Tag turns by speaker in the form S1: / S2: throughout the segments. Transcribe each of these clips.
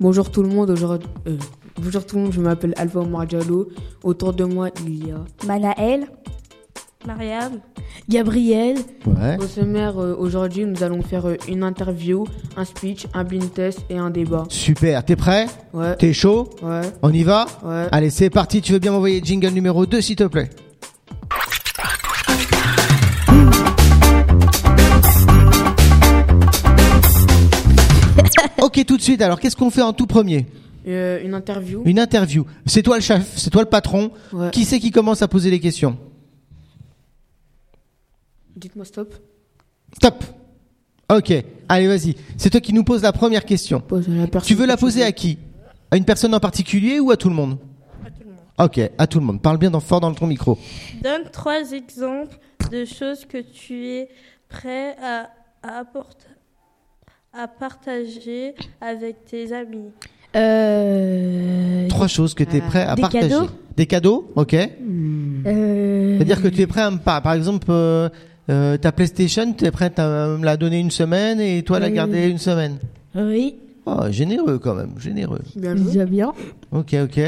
S1: Bonjour tout le monde, aujourd'hui. euh, bonjour tout le monde, je m'appelle Alpha Omar Diallo. Autour de moi, il y a.
S2: Manaël,
S3: Mariam,
S2: Gabriel,
S4: Ouais.
S1: Au sommaire, euh, aujourd'hui, nous allons faire euh, une interview, un speech, un blind test et un débat.
S4: Super. T'es prêt
S1: Ouais,
S4: T'es chaud
S1: ouais,
S4: On y va
S1: ouais.
S4: Allez, c'est parti. Tu veux bien m'envoyer jingle numéro 2, s'il te plaît Ok, tout de suite. Alors, qu'est-ce qu'on fait en tout premier
S1: Euh, une interview
S4: Une interview. C'est toi le chef, c'est toi le patron.
S1: Ouais.
S4: Qui c'est qui commence à poser les questions
S1: Dites-moi stop.
S4: Top. Ok. Allez, vas-y. C'est toi qui nous pose la première question.
S1: Pose à la personne
S4: Tu veux la
S1: que
S4: poser à qui À une personne en particulier ou à tout le monde
S3: à tout le monde.
S4: Ok, à tout le monde. Parle bien dans, fort dans ton micro.
S3: Donne trois exemples de choses que tu es prêt à, à apporter- à partager avec tes amis.
S2: euh,
S4: Trois choses que tu es prêt à
S2: des
S4: partager.
S2: cadeaux
S4: Des cadeaux, ok.
S3: Mhm.
S2: euh,
S4: C'est-à-dire que tu es prêt à me pas. Par exemple, euh, euh, ta PlayStation, tu es prêt à me la donner une semaine et toi la
S2: Oui.
S4: garder une semaine.
S2: oui,
S4: Oh, généreux quand même, généreux.
S1: Bien joué.
S2: déjà bien.
S4: Ok, ok.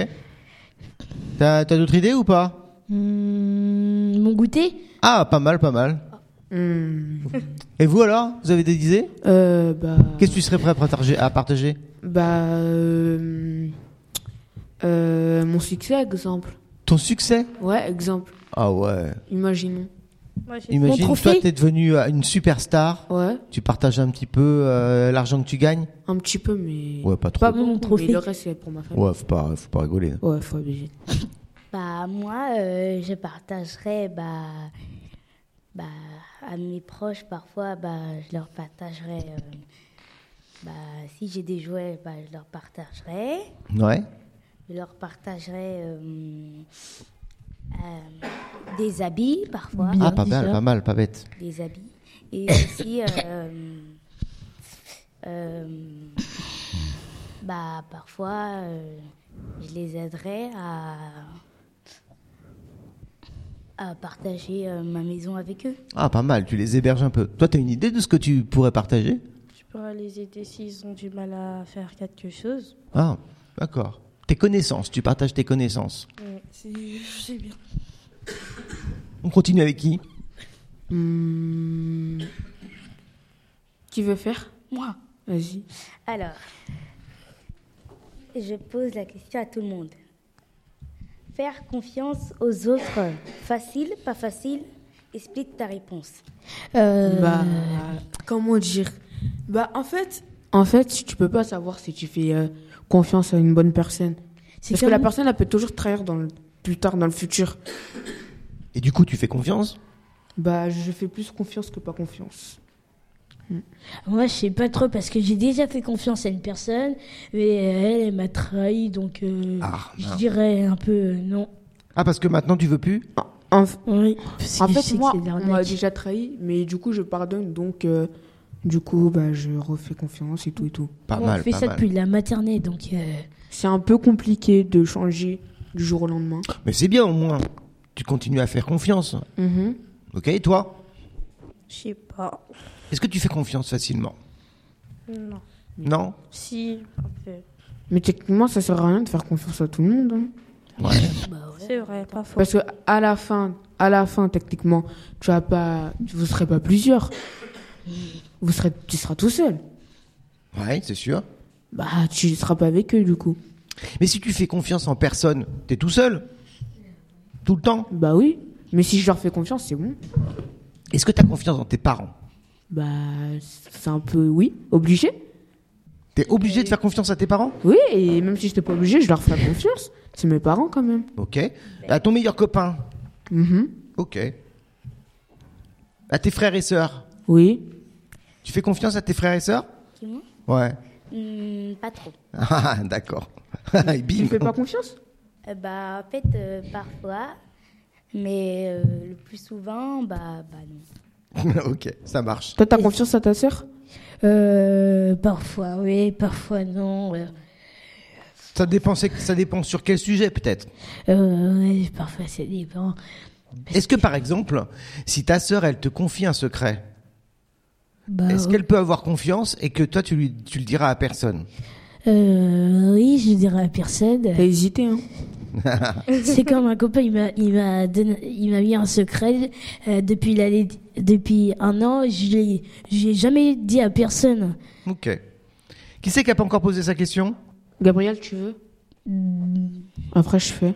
S4: T'as as, d'autres idées ou pas
S2: Hmm, mon goûter,
S4: Ah, pas mal, pas mal.
S1: Hmm.
S4: Et vous alors Vous avez des idées
S1: Euh, bah.
S4: Qu'est-ce que tu serais prêt à partager, à partager
S1: Bah. euh, euh, mon succès, exemple.
S4: Ton succès
S1: Ouais, exemple.
S4: Ah ouais.
S1: Imaginons.
S3: Moi, j'ai
S4: Imagine,
S2: Mon
S4: toi,
S2: trophée
S4: t'es devenu euh, une superstar.
S1: Ouais,
S4: Tu partages un petit peu euh, l'argent que tu gagnes
S1: un petit peu, mais.
S4: Ouais, pas trop.
S1: Pas
S2: Mon
S1: beaucoup,
S2: trophée.
S1: mais le reste, c'est pour ma famille.
S4: Ouais, faut pas, faut pas rigoler. hein.
S1: Ouais, faut obliger.
S5: Bah moi, euh, je partagerais bah, bah, à mes proches parfois, bah, je leur partagerais. euh, bah, si j'ai des jouets, bah, je leur partagerais.
S4: Ouais.
S5: Je leur partagerais euh, euh, des habits parfois,
S2: Bien
S4: Ah, pas
S2: dit
S4: mal,
S2: ça.
S4: pas mal, pas bête.
S5: des habits. Et aussi, euh, euh, bah, parfois, euh, je les aiderais à, à partager euh, ma maison avec eux.
S4: Ah, pas mal, tu les héberges un peu. Toi, t'as une idée de ce que tu pourrais partager
S3: Je pourrais les aider s'ils ont du mal à faire quelque chose.
S4: Ah, d'accord. Tes connaissances, tu partages tes connaissances.
S3: Je sais bien.
S4: On continue avec qui
S1: Hmm. Qui veut faire
S5: Moi.
S1: Vas-y.
S5: Alors, je pose la question à tout le monde. Faire confiance aux autres, facile, pas facile Explique ta réponse.
S2: euh,
S1: Bah, comment dire Bah, en fait, en fait, tu peux pas savoir si tu fais euh, confiance à une bonne personne.
S2: c'est
S1: Parce que la
S2: comme-
S1: personne, elle peut toujours te trahir dans le, plus tard, dans le futur.
S4: Et du coup, tu fais confiance
S1: Bah, je fais plus confiance que pas confiance.
S6: Moi, je sais pas trop parce que j'ai déjà fait confiance à une personne, mais elle, elle m'a trahi, donc euh,
S4: Ah,
S6: je
S4: mince.
S6: dirais un peu euh, non.
S4: Ah, parce que maintenant, tu veux plus
S1: En,
S6: Oui.
S1: en fait, moi, on m'a déjà trahi, mais du coup, je pardonne. Donc, euh, du coup, bah, je refais confiance et tout et tout.
S4: Pas
S6: on
S4: mal,
S6: fait
S4: pas
S6: ça
S4: mal.
S6: depuis la maternelle, donc euh,
S1: C'est un peu compliqué de changer du jour au lendemain.
S4: Mais c'est bien, au moins. Tu continues à faire confiance.
S1: Mhm.
S4: Ok, et toi
S3: Je sais pas.
S4: Est-ce que tu fais confiance facilement
S3: Non.
S4: Non
S3: Si, un peu.
S1: Mais techniquement, ça sert à rien de faire confiance à tout le monde. hein.
S4: Ouais.
S3: C'est vrai, pas faux.
S1: Parce que à la fin, à la fin, techniquement, tu vas pas, tu- vous serez pas plusieurs. Vous serez, tu seras tout seul.
S4: Ouais, c'est sûr.
S1: Bah, tu seras pas avec eux du coup.
S4: Mais si tu fais confiance en personne, t'es tout seul Tout le temps
S1: Bah oui. Mais si je leur fais confiance, c'est bon.
S4: Est-ce que t'as confiance en tes parents
S1: Bah, c'est un peu, oui, obligé.
S4: T'es obligé de faire confiance à tes parents
S1: Oui, et même si j'étais pas obligé, je leur ferai confiance. C'est mes parents quand même.
S4: Ok. À ton meilleur copain
S1: Mhm.
S4: Ok. À tes frères et sœurs
S1: Oui.
S4: Tu fais confiance à tes frères et sœurs
S5: Tu vois
S4: Ouais.
S5: Hmm, pas trop.
S4: Ah, d'accord. Et
S1: Tu
S4: bim.
S1: me fais pas confiance
S5: Euh, bah, en fait, euh, parfois, mais euh, le plus souvent, bah, bah non.
S4: ok, ça marche.
S1: Toi, t'as confiance à ta sœur
S6: euh, parfois oui, parfois non. euh,
S4: Ça dépend, c'est- ça dépend sur quel sujet peut-être.
S6: euh, ouais, parfois ça dépend.
S4: Est-ce que par exemple, si ta sœur elle te confie un secret,
S6: Bah,
S1: Euh,
S4: est-ce qu'elle peut avoir confiance et que toi tu lui tu le diras à personne
S6: Euh, oui, je dirais à personne.
S1: T'as hésité, hein
S6: C'est comme un copain, il m'a, il m'a, donné- il m'a mis un secret euh, depuis l'année, depuis un an. Je l'ai, je l'ai jamais dit à personne.
S4: Ok. Qui c'est qui n'a pas encore posé sa question
S1: Gabriel, tu veux Après, je fais.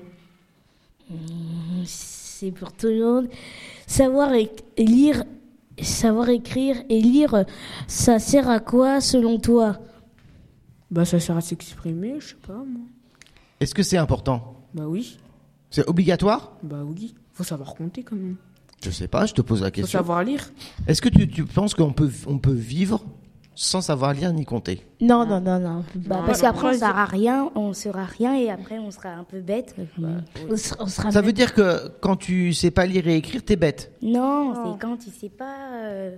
S6: C'est pour tout le monde. Savoir éc- et lire, savoir écrire et lire, ça sert à quoi selon toi
S1: Bah, ça sert à s'exprimer, je sais pas, moi.
S4: Est-ce que c'est important
S1: Bah oui,
S4: C'est obligatoire
S1: bah oui. Faut savoir compter quand même.
S4: Je sais pas, je te pose la
S1: Faut
S4: question.
S1: savoir lire.
S4: Est-ce que tu, tu penses qu'on peut, on peut vivre sans savoir lire ni compter
S6: Non, non, non, non.
S5: Bah,
S1: Non,
S5: parce
S1: non,
S5: qu'après, on sera rien, on sera rien et après, on sera un peu bête.
S6: On se- on
S1: Ah,
S6: sera
S4: Ça veut dire que quand tu sais pas lire et écrire, t'es bête.
S5: Non, c'est quand tu sais pas euh,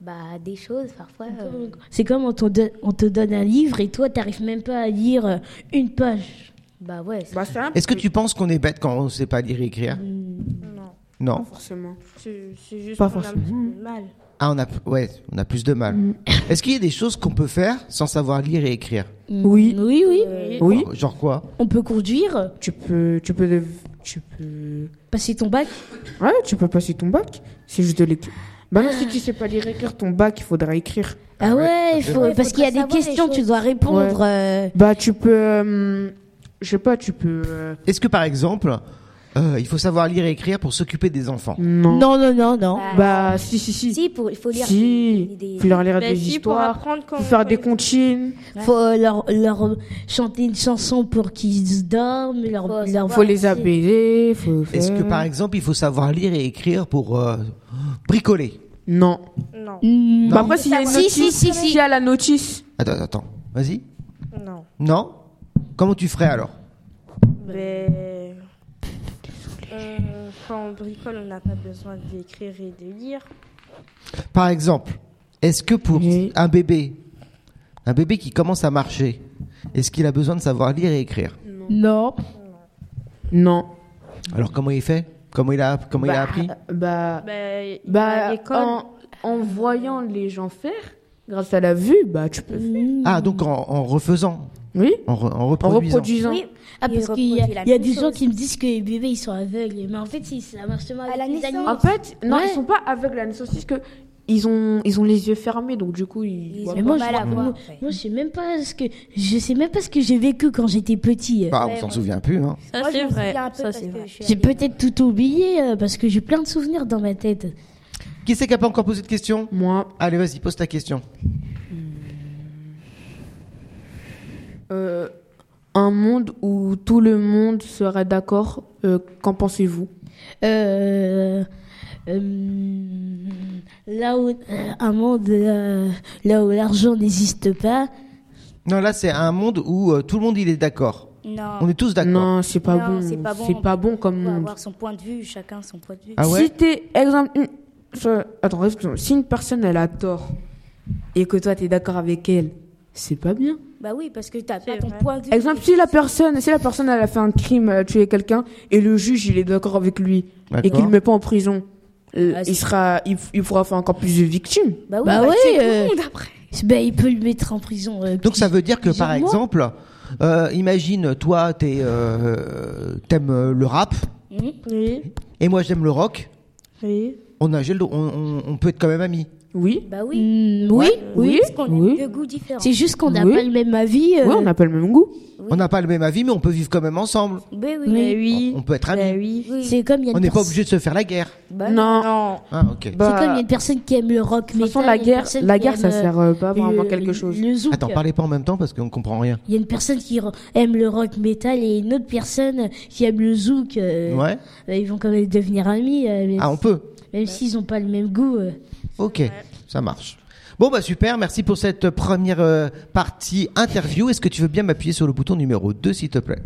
S5: bah, des choses parfois. euh,
S6: C'est comme on te, don- on te donne un livre et toi, t'arrives même pas à lire euh, une page.
S5: bah ouais, c'est-
S1: Bah, c'est un
S4: Est-ce que tu penses qu'on est bête quand on sait pas lire et écrire
S1: Mm.
S3: Non.
S1: Pas
S4: Non.
S1: forcément.
S3: C'est c'est juste
S1: Pas
S3: qu'on a un petit
S1: forcément.
S3: peu mal.
S4: Ah, on a, ouais, on a plus de
S1: Mm.
S4: mal. Est-ce qu'il y a des choses qu'on peut faire sans savoir lire et écrire
S1: Oui. Euh.
S6: Oui, oui.
S1: Oui,
S4: Genre quoi
S6: On peut conduire,
S1: tu peux. Tu peux. dev- Tu peux.
S6: passer ton bac.
S1: Ouais, tu peux passer ton bac. C'est juste de l'écrire. Bah non, si tu sais pas lire et écrire ton bac, il faudra écrire.
S2: Ah ouais, il faut,
S5: Ouais,
S2: parce
S5: faudrait
S2: qu'il y a des
S5: savoir les
S2: questions, tu
S5: choses.
S2: dois répondre. euh,
S1: Bah, tu peux. euh, je sais pas, tu peux. euh,
S4: Est-ce que par exemple, euh, il faut savoir lire et écrire pour s'occuper des enfants
S1: non.
S6: euh, Non, non, non, non.
S1: Bah, si, si, si.
S5: Si, pour- il faut lire
S1: si.
S5: des- des-
S1: Faut leur lire
S3: Bah
S1: des
S3: si, pour
S1: histoires.
S3: apprendre quand
S1: faut faire des comptines.
S6: Faut euh, leur, leur chanter une chanson pour qu'ils dorment, leur,
S5: Faut
S6: leur-
S5: savoir.
S1: Faut les apaiser. Faut.
S4: Est-ce que
S1: faire-
S4: par exemple, il faut savoir lire et écrire pour euh, bricoler
S1: Non.
S3: Non,
S6: Mm,
S1: Bah après, s'il y a une
S2: Si,
S1: notice,
S2: si, si, si.
S1: s'il y a la notice,
S4: Attends, attends, attends. Vas-y.
S3: non.
S4: Non Comment tu ferais alors
S1: Ben.
S3: Mais... on- Ben, euh, quand on bricole, on n'a pas besoin d'écrire et de lire.
S4: Par exemple, est-ce que pour
S1: Oui.
S4: un bébé, un bébé qui commence à marcher, est-ce qu'il a besoin de savoir lire et écrire
S6: Non.
S1: non.
S4: Alors comment il fait Comment il a, comment il a appris
S1: Bah,
S3: Bah, il va à
S1: bah,
S3: l'école,
S1: en, en voyant les gens faire, grâce à la vue, bah tu
S5: Mm.
S1: peux. faire.
S4: Ah, donc en, en refaisant,
S1: Oui.
S4: en, re- en
S1: En
S4: reproduisant.
S1: reproduisant.
S5: Oui,
S6: Ah,
S5: Il
S6: parce qu'il y a,
S5: reproduit la
S6: il y a
S5: même
S6: des gens
S5: chose.
S6: qui me disent que les bébés ils sont aveugles, mais en fait si ça marche seulement
S5: À la
S6: avec les
S5: naissance.
S6: animaux.
S1: En fait, non,
S6: Ouais.
S1: ils sont pas aveugles à la naissance, c'est que ils ont, ils ont les yeux fermés, donc du coup ils.
S5: Ils
S1: voient
S5: ont
S6: Mais
S1: pas.
S6: moi,
S5: mal
S6: je-
S5: à
S6: moi-
S5: voir.
S6: moi, Moi je sais même pas ce que je sais même pas ce que j'ai vécu quand j'étais petit.
S4: Bah, on s'en souvient plus. Hein.
S3: ça
S5: Moi, je
S3: c'est
S5: m'en
S3: vrai.
S5: souviens un peu
S3: Ça,
S5: parce
S3: c'est
S5: que
S3: vrai.
S5: je suis
S6: J'ai
S5: allée-
S6: peut-être tout oublié euh, parce que j'ai plein de souvenirs dans ma tête.
S4: Qui c'est qui n'a pas encore posé de question
S1: Moi,
S4: Allez, vas-y, pose ta question.
S1: euh, un monde où tout le monde serait d'accord. euh, Qu'en pensez-vous
S6: Euh, euh, là où euh, un monde euh, là où l'argent n'existe pas.
S4: Non, là, c'est un monde où euh, tout le monde il est d'accord.
S5: Non,
S4: On est tous d'accord.
S1: Ah. Non, c'est pas
S5: Non,
S1: bon.
S5: c'est pas bon.
S1: C'est pas bon comme
S5: il faut
S1: monde.
S5: avoir son point de vue, chacun son point de vue.
S4: Ah ouais
S1: Si t'es, exemple, une- je- attends, restons. si une personne elle a tort et que toi t'es d'accord avec elle, c'est pas bien.
S5: Bah oui, parce que t'as
S3: C'est
S5: pas ton
S3: vrai.
S5: point de vue.
S1: Exemple, si la personne, si la personne elle a fait un crime, elle a tué quelqu'un et le juge il est d'accord avec lui et
S4: D'accord.
S1: qu'il le met pas en prison, euh,
S5: Ah, c'est-
S1: il sera, il, il pourra faire encore plus de victimes.
S5: Bah oui,
S6: Bah
S5: bah
S6: ouais,
S5: tu es
S6: euh,
S5: tout le monde après.
S6: Ben, il peut le mettre en prison. euh,
S4: Donc ça
S6: plus-
S4: veut dire que par
S6: plusieurs mois.
S4: exemple, euh, imagine toi t'es, euh, t'aimes euh, le rap
S3: Oui,
S4: et moi j'aime le rock.
S3: oui.
S4: On a j'ai le- on, on- on peut être quand même amis.
S1: Oui,
S5: Bah oui,
S6: Mm, oui, oui.
S5: parce qu'on a
S1: oui.
S5: deux goûts différents.
S6: C'est juste qu'on n'a
S1: Oui.
S6: pas le même avis. euh,
S1: ouais, on n'a pas le même goût.
S4: On n'a pas le même avis mais on peut vivre quand même ensemble.
S5: Bah oui,
S3: Mais oui.
S4: On peut être amis.
S3: Bah oui.
S5: oui.
S6: C'est comme il y a
S4: On
S6: une
S4: n'est pas
S6: pers-
S4: obligé de se faire la guerre.
S5: Bah
S1: non,
S3: Non,
S4: Ah ok.
S1: bah,
S6: C'est comme il y a une personne qui aime le rock,
S1: de
S6: mais
S1: toute façon la guerre, la guerre ça sert euh, pas vraiment
S6: vraiment
S1: à quelque chose.
S6: Le zouk.
S3: euh,
S4: Attends, parlez pas en même temps parce qu'on comprend rien.
S6: Il y a une personne qui re- aime le rock metal et une autre personne qui aime le zouk. euh,
S4: Ouais.
S6: euh, Ils vont quand même devenir amis, euh, même,
S4: Ah on peut.
S6: même s'ils n'ont pas le même goût. euh.
S4: Ok. Ça marche. Bon bah super, merci pour cette première euh, partie interview. Est-ce que tu veux bien m'appuyer sur le bouton numéro 2 s'il te plaît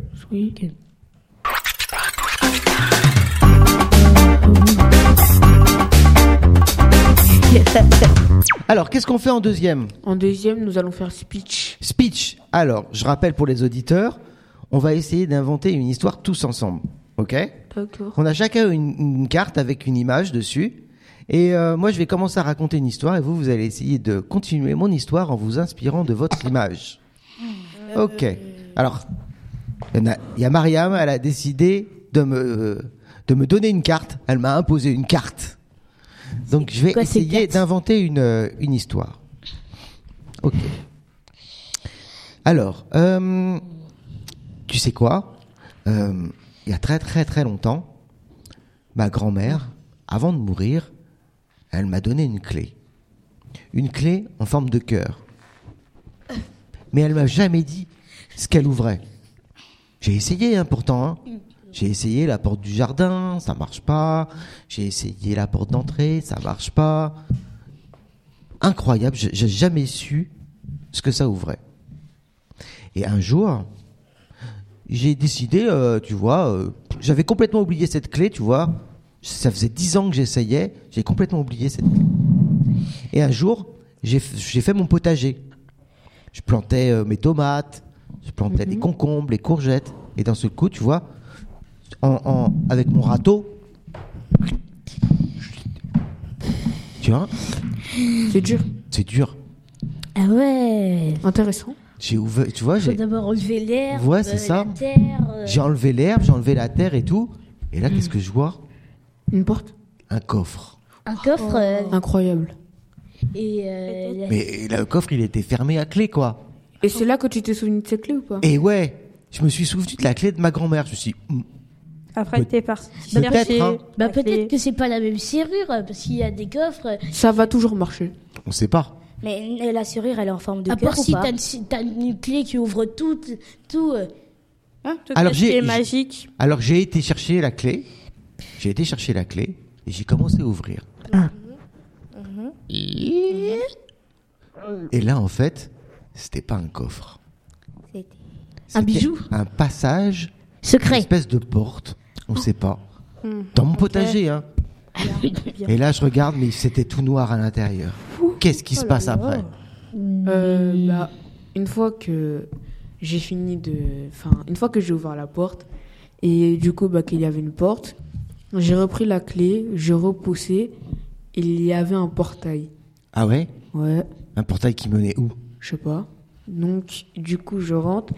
S4: Alors, qu'est-ce qu'on fait en deuxième
S1: En deuxième, nous allons faire speech.
S4: Speech. Alors, je rappelle pour les auditeurs, on va essayer d'inventer une histoire tous ensemble. Ok
S1: D'accord.
S4: On a chacun une, une carte avec une image dessus. Et euh, moi, je vais commencer à raconter une histoire et vous, vous allez essayer de continuer mon histoire en vous inspirant de votre image.
S6: Euh,
S4: Ok. Alors, il y en a- il y, a Mariam, elle a décidé de me, de me donner une carte. Elle m'a imposé une carte. Donc, je vais
S6: quoi ces
S4: essayer
S6: cartes
S4: d'inventer une, euh, une histoire. Ok. Alors, euh, tu sais quoi Euh, Il y a très très très longtemps, ma grand-mère, avant de mourir, elle m'a donné une clé. Une clé en forme de cœur. Mais elle m'a jamais dit ce qu'elle ouvrait. J'ai essayé hein, pourtant. hein. J'ai essayé la porte du jardin, ça marche pas. J'ai essayé la porte d'entrée, ça marche pas. Incroyable, j'ai j'ai jamais su ce que ça ouvrait. Et un jour, j'ai décidé, euh, tu vois, euh, j'avais complètement oublié cette clé, tu vois. Ça faisait dix ans que j'essayais, j'ai complètement oublié cette clé. Et un jour, j'ai f- j'ai fait mon potager. Je plantais euh, mes tomates, je plantais les concombres, les courgettes. Et dans ce coup, tu vois, en, en- avec mon râteau, tu vois,
S1: C'est dur.
S4: c'est dur.
S6: Ah ouais.
S1: Intéressant.
S4: J'ai ouvert, tu vois,
S6: Faut
S4: j'ai
S6: d'abord enlever l'air.
S4: Ouais, c'est
S6: euh,
S4: ça.
S6: La terre. euh,
S4: j'ai enlevé l'herbe, j'ai enlevé la terre et tout. Et là, qu'est-ce que je vois
S1: Une porte
S4: Un coffre.
S6: Un coffre euh,
S1: Incroyable.
S6: et euh, la-
S4: Mais le coffre, il était fermé à clé, quoi.
S1: Et c'est là que tu t'es souvenu de cette clé ou pas
S4: Et ouais, je me suis souvenu de la clé de ma grand-mère. Je me suis dit, hmm,
S3: Après, t'es parti.
S4: Peut-être,
S3: chercher
S4: hein.
S6: Bah
S3: la clé.
S6: peut-être que c'est pas la même serrure euh, parce qu'il y a des coffres. euh,
S1: Ça va toujours marcher.
S4: on sait pas.
S5: Mais euh, la serrure, elle est en forme de
S6: à
S5: cœur
S6: part
S5: ou
S6: si
S5: pas
S6: t'as une, si t'as une clé qui ouvre tout, tout. euh,
S3: Hein, tout
S4: Alors,
S3: ce
S4: j'ai-
S3: qui est
S4: j'ai-
S3: magique.
S4: Alors j'ai été chercher la clé. J'ai été chercher la clé et j'ai commencé à ouvrir.
S6: Ah.
S4: Et- Et là, en fait, c'était pas un coffre.
S5: C'était-
S6: Un
S4: C'était
S6: bijou
S4: Un passage, une
S6: Secret.
S4: espèce de porte.
S6: Ah.
S4: On sait pas. Dans mon potager, hein. Et là, je regarde, mais c'était tout noir à l'intérieur. Qu'est-ce qui
S6: Oh
S4: se passe après
S1: Euh, bah, une fois que j'ai fini de. Enfin, une fois que j'ai ouvert la porte, et du coup, bah, qu'il y avait une porte, j'ai repris la clé, j'ai repoussé, il y avait un portail.
S4: Ah ouais
S1: Ouais,
S4: Un portail qui menait où
S1: je sais pas. Donc, du coup, je rentre,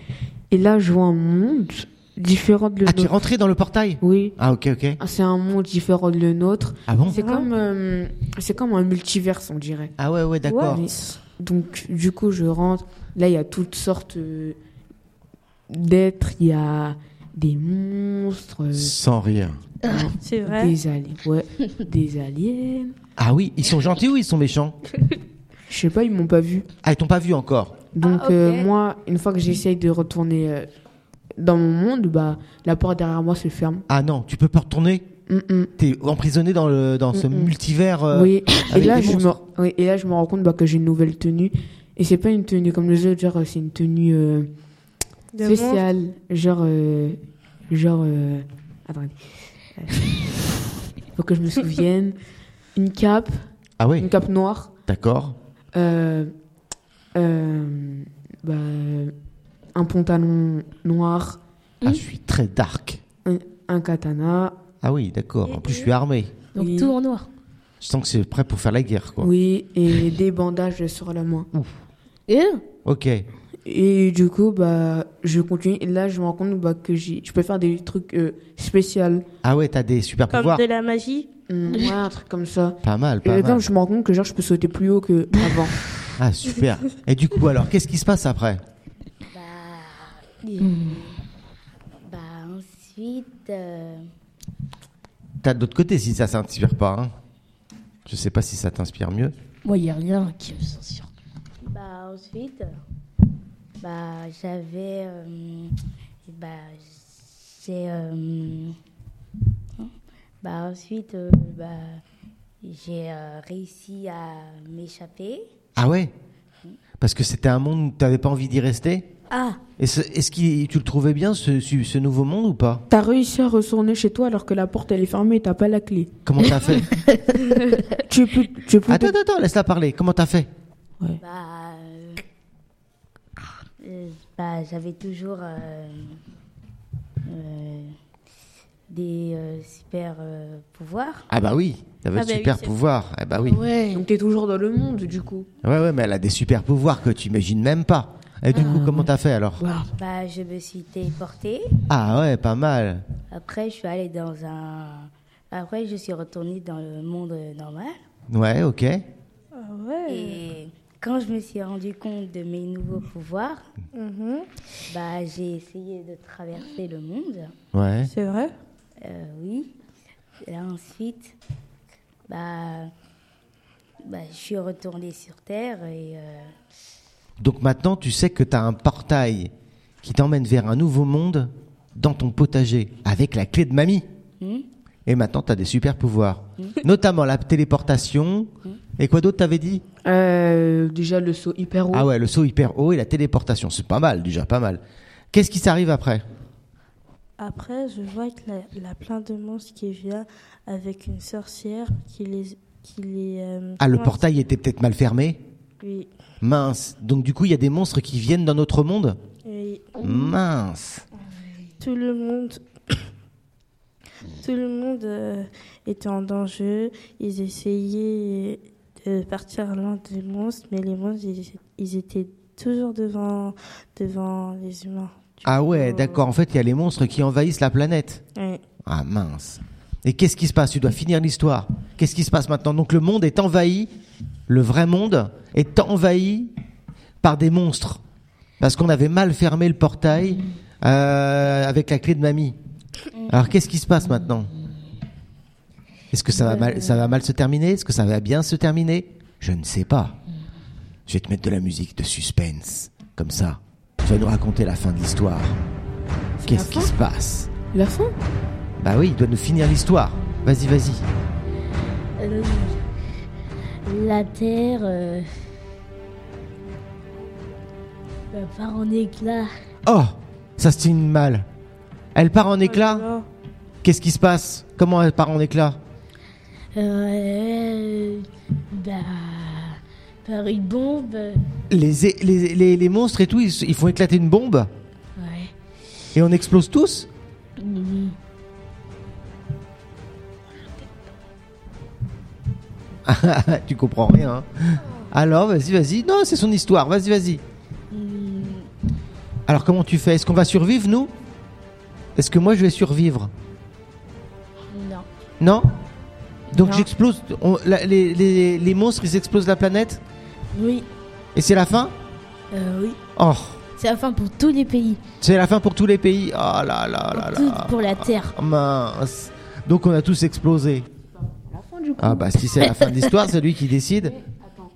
S1: et là, je vois un monde différent de le
S4: Ah, tu es
S1: nôtre.
S4: rentré dans le portail
S1: Oui,
S4: Ah ok, ok.
S1: Ah, c'est un monde différent de le nôtre.
S4: Ah bon
S1: C'est comme, euh, c'est comme un multiverse, on dirait.
S4: Ah ouais, ouais, d'accord.
S1: Mais- donc, du coup, je rentre. Là, il y a toutes sortes euh, d'êtres. Il y a des monstres, euh,
S4: Sans rire.
S3: C'est vrai.
S1: des, ali- ouais, des aliens.
S4: Ah oui, ils sont gentils ou ils sont méchants
S1: Je sais pas, ils m'ont pas vu.
S4: Ah, ils t'ont pas vu encore.
S1: Donc,
S2: Ah, ok.
S1: euh, moi, une fois que j'essaye de retourner euh, dans mon monde, bah, la porte derrière moi se ferme.
S4: Ah non, tu peux pas retourner
S1: Mm, mm.
S4: T'es emprisonné dans, le, dans ce
S1: Mm-mm.
S4: multivers. euh,
S1: oui. Et
S4: avec
S1: là,
S4: des
S1: je me,
S4: monstres.
S1: oui, et là, je me rends compte bah, que j'ai une nouvelle tenue. Et c'est pas une tenue comme les autres, genre, c'est une tenue. euh,
S3: De monstres.
S1: spécial genre euh, genre euh, attendez Euh, faut que je me souvienne une cape
S4: Ah oui,
S1: une cape noire
S4: d'accord.
S1: euh, euh, bah, un pantalon noir
S4: Ah, je suis très dark.
S1: un, un katana
S4: Ah oui, d'accord. En plus, je suis armé.
S6: Donc
S1: Oui.
S6: tout en noir.
S4: Je sens que c'est prêt pour faire la guerre, quoi.
S1: oui et des bandages sur la main
S4: Ok.
S1: et du coup bah je continue et là je me rends compte bah, que j'ai je peux faire des trucs euh, spécial
S4: Ah ouais, t'as des super
S3: Comme
S4: pouvoirs.
S3: de la magie.
S1: Hum, ouais, un truc comme ça
S4: Pas mal,
S1: et
S4: pas
S1: Euh, comme
S4: mal.
S1: je me rends compte que genre je peux sauter plus haut que avant
S4: Ah super. Et du coup, alors, qu'est-ce qui se passe après
S5: Bah, ensuite. euh,
S4: T'as de l'autre côté si ça s'inspire pas. Hein. Je sais pas si ça t'inspire mieux.
S6: Moi, il y a rien qui me censure.
S5: Bah ensuite, bah j'avais, euh, bah j'ai, euh, bah ensuite, euh, bah j'ai euh, réussi à m'échapper.
S4: Ah ouais Parce que c'était un monde où t'avais pas envie d'y rester
S5: Ah,
S4: Et ce- Est-ce que tu le trouvais bien, ce, ce- ce nouveau monde ou pas
S1: T'as réussi à retourner chez toi alors que la porte elle est fermée et t'as pas la clé.
S4: Comment t'as fait
S1: Tu peux, tu peux.
S4: Attends, attends, attends, laisse-la parler. Comment t'as fait
S5: bah, euh, euh, bah j'avais toujours euh, euh, des euh, super euh, pouvoirs.
S4: Ah bah oui, t'avais
S3: Ah
S4: de
S3: bah oui,
S4: super
S3: c'est-
S4: pouvoirs. Ah bah oui.
S6: Ouais.
S1: Donc t'es toujours dans le monde du coup.
S4: Ouais, ouais, mais elle a des super pouvoirs que tu imagines même pas. Et du coup,
S1: Ah,
S4: comment
S1: ouais.
S4: t'as fait alors
S1: Bah,
S5: Bah, je me suis téléportée.
S4: Ah ouais, pas mal.
S5: Après, je suis allée dans un. Après, je suis retournée dans le monde euh, normal.
S4: Ouais, ok.
S3: Ah
S5: Hmm.
S3: ouais.
S5: Et quand je me suis rendu compte de mes nouveaux pouvoirs,
S3: Mhm.
S5: bah, j'ai essayé de traverser le monde.
S4: Ouais.
S3: C'est vrai
S5: Euh, oui. Et ensuite, bah, bah, je suis retournée sur Terre et euh,
S4: Donc maintenant, tu sais que t'as un portail qui t'emmène vers un nouveau monde dans ton potager avec la clé de mamie.
S5: hmm,
S4: Et maintenant, t'as des super pouvoirs. Notamment la téléportation. Et quoi d'autre t'avais dit
S1: euh, déjà le saut hyper haut.
S4: Ah ouais, le saut hyper haut et la téléportation. C'est pas mal, déjà, pas mal. Qu'est-ce qui s'arrive après
S3: Après, je vois qu'il y a- y a plein de monstres qui viennent avec une sorcière qui les. Qui les euh,
S4: Ah, le
S3: coince.
S4: portail était peut-être mal fermé
S3: Oui.
S4: Mince. Donc du coup, il y a des monstres qui viennent dans notre monde
S3: oui.
S4: Mince.
S3: Tout le monde. Tout le monde euh, était en danger. Ils essayaient de partir loin des monstres, mais les monstres, ils, ils étaient toujours devant, devant les humains. Du
S4: Ah
S3: coup,
S4: ouais,
S3: euh,
S4: d'accord. En fait, il y a les monstres qui envahissent la planète.
S3: ouais.
S4: Ah mince. Et qu'est-ce qui se passe Tu dois finir l'histoire. Qu'est-ce qui se passe maintenant Donc le monde est envahi, le vrai monde est envahi par des monstres. Parce qu'on avait mal fermé le portail euh, avec la clé de mamie. Alors qu'est-ce qui se passe maintenant Est-ce que ça va, mal, ça va mal se terminer Est-ce que ça va bien se terminer Je ne sais pas. Je vais te mettre de la musique de suspense. Comme ça, tu vas nous raconter la fin de l'histoire. Qu'est-ce qui
S1: fin
S4: se passe
S1: La fin
S4: bah oui, il doit nous finir l'histoire. Vas-y, vas-y.
S6: Euh, la Terre euh, euh, part en éclats.
S4: Oh, ça se termine mal. Elle part en
S3: Oh là
S4: éclat.
S3: là.
S4: Qu'est-ce qui se passe Comment elle part en éclat
S6: Euh, bah, par une bombe. euh,
S4: les, é- les, les, les monstres et tout, ils, s- ils font éclater une bombe
S6: Ouais.
S4: et on explose tous
S6: Mhm.
S4: Tu comprends rien. hein. Alors, vas-y, vas-y. Non, c'est son histoire. Vas-y, vas-y. Alors, comment tu fais Est-ce qu'on va survivre, nous Est-ce que moi, je vais survivre
S6: Non.
S4: Non Donc,
S1: Non.
S4: j'explose. on- la- les, les, les monstres, ils explosent la planète
S6: Oui.
S4: Et c'est la fin
S6: Euh, oui.
S4: Oh
S6: C'est la fin pour tous les pays.
S4: C'est la fin pour tous les pays. Oh là là là
S6: Tout
S4: là.
S6: pour la Terre.
S4: Oh, mince. Donc on a tous explosé. Ah bah si c'est la fin de l'histoire, c'est lui qui décide.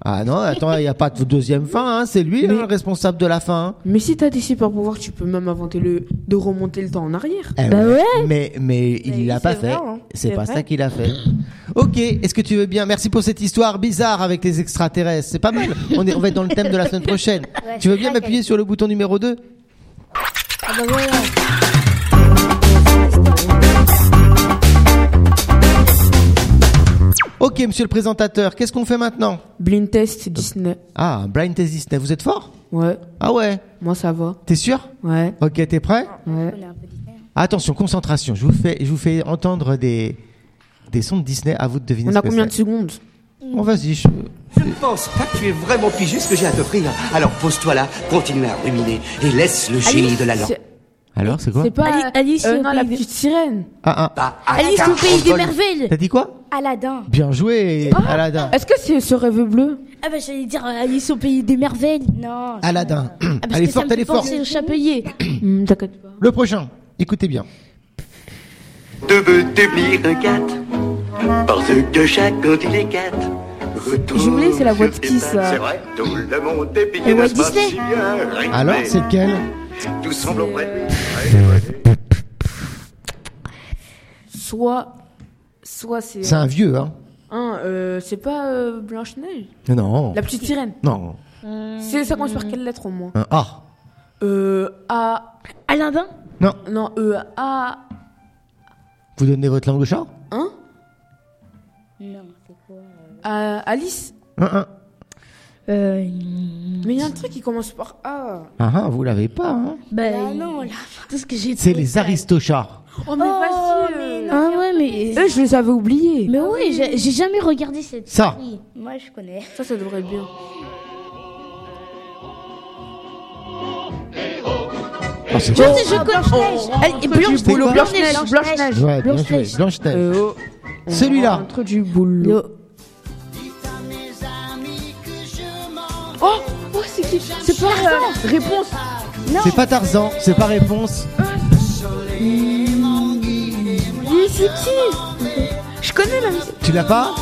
S4: Ah non, attends, il n'y a pas de deuxième fin, hein, c'est lui hein,
S1: Mais-
S4: le responsable de la fin. hein.
S1: Mais si t'as des super pouvoirs, tu peux même inventer le de remonter le temps en arrière.
S4: Eh
S6: Bah ouais.
S4: Mais, mais
S3: oui,
S4: il l'a
S3: c'est
S4: pas
S3: vrai,
S4: fait.
S3: hein.
S4: C'est
S3: C'est
S4: pas
S3: vrai.
S4: ça qu'il a fait. Ok, est-ce que tu veux bien Merci pour cette histoire bizarre avec les extraterrestres. C'est pas mal. On, est, on va être dans le thème de la semaine prochaine.
S5: Ouais,
S4: tu veux
S5: c'est
S4: bien
S5: vrai
S4: m'appuyer sur le bouton numéro 2 Ok, monsieur le présentateur, qu'est-ce qu'on fait maintenant
S1: Blind test Disney.
S4: Ah, Blind Test Disney, vous êtes fort
S1: Ouais,
S4: Ah ouais
S1: moi ça va.
S4: T'es sûr
S1: Ouais,
S4: Ok, t'es prêt
S1: ouais.
S5: on est un peu différent.
S4: Attention, concentration, je vous fais, je vous fais entendre des, des sons de Disney, à vous de deviner
S1: On
S4: ce
S1: a
S4: que
S1: combien de
S4: c'est.
S1: secondes
S4: Bon, vas-y, je-
S7: Je ne pense pas que tu aies vraiment pigé ce que j'ai à t'offrir. Alors pose-toi là, continue à ruminer et laisse le génie de la lampe.
S1: C'est
S4: Alors, c'est quoi
S1: c'est pas
S6: Ali- Alice
S1: euh,
S6: au
S1: non,
S6: pays
S1: la
S6: des-
S1: petite sirène.
S4: Ah,
S7: Bah,
S4: ah.
S6: Alice
S7: hein.
S6: au pays des merveilles.
S4: T'as dit quoi
S5: Aladdin.
S4: Bien joué, Aladdin.
S1: Est-ce que c'est ce rêve bleu
S6: Ah bah j'allais dire euh, Alice au pays des merveilles.
S5: Non.
S4: Aladdin.
S6: Ah, parce
S4: elle est
S6: que ça
S4: forte,
S6: me
S4: elle est
S6: fait
S4: forte.
S6: penser au chapelier.
S1: Hmm, T'inquiète pas.
S4: Le prochain, écoutez bien.
S7: De veux devenir un cat Parce que chacun dit les quatre.
S1: Je voulais, c'est la voix de qui, ça
S7: C'est vrai, tout le monde est
S6: Et
S7: pigé
S6: Ah, Walt
S7: n'est-ce pas,
S6: Disney
S7: si bien rythmé.
S4: Alors, c'est lequel
S7: Tout semble en vrai.
S1: Soit, soit c'est.
S4: C'est un vieux, hein
S1: Hein, euh, c'est pas euh, Blanche Neige.
S4: Non.
S1: La petite sirène.
S4: Non.
S1: C'est ça commence par quelle lettre au
S8: Ah.
S1: moins
S4: Un A.
S1: Euh, A.
S6: Aladdin
S4: Non.
S1: Non, E, A.
S4: Vous donnez votre langue au chat
S1: Hein
S5: Non, c'est quoi euh,
S1: A- Alice.
S4: Un, un.
S6: euh,
S1: Mais il y a un truc qui commence par A.
S4: Ah, ah, vous l'avez pas, hein
S6: bah,
S5: Ah non, là.
S6: tout ce que j'ai
S4: C'est
S6: trouvé.
S4: les aristochats.
S1: Oh, mais vas-y. euh.
S6: Ah ouais mais
S1: Eux, je les avais oubliés.
S6: mais ouais j'ai j'ai jamais regardé cette
S4: Ça.
S6: série.
S5: Moi, je connais.
S1: Ça, ça devrait être bien.
S8: Ah,
S4: Oh,
S8: c'est
S2: Je
S8: bon.
S2: sais, je connais.
S1: Elle- Blanche-
S4: boulot,
S1: Blanche-Neige,
S2: Blanche-Neige.
S1: Blanche-Neige.
S8: Ouais, bien joué.
S2: Blanche-Neige.
S8: Blanche-Neige.
S1: Euh, oh, on
S4: Celui-là.
S1: rentre du boulot. Oh, oh c'est qui C'est pas euh, réponse.
S4: C'est pas Tarzan, c'est pas réponse.
S1: Mais c'est qui Je connais la musique.
S4: Tu l'as pas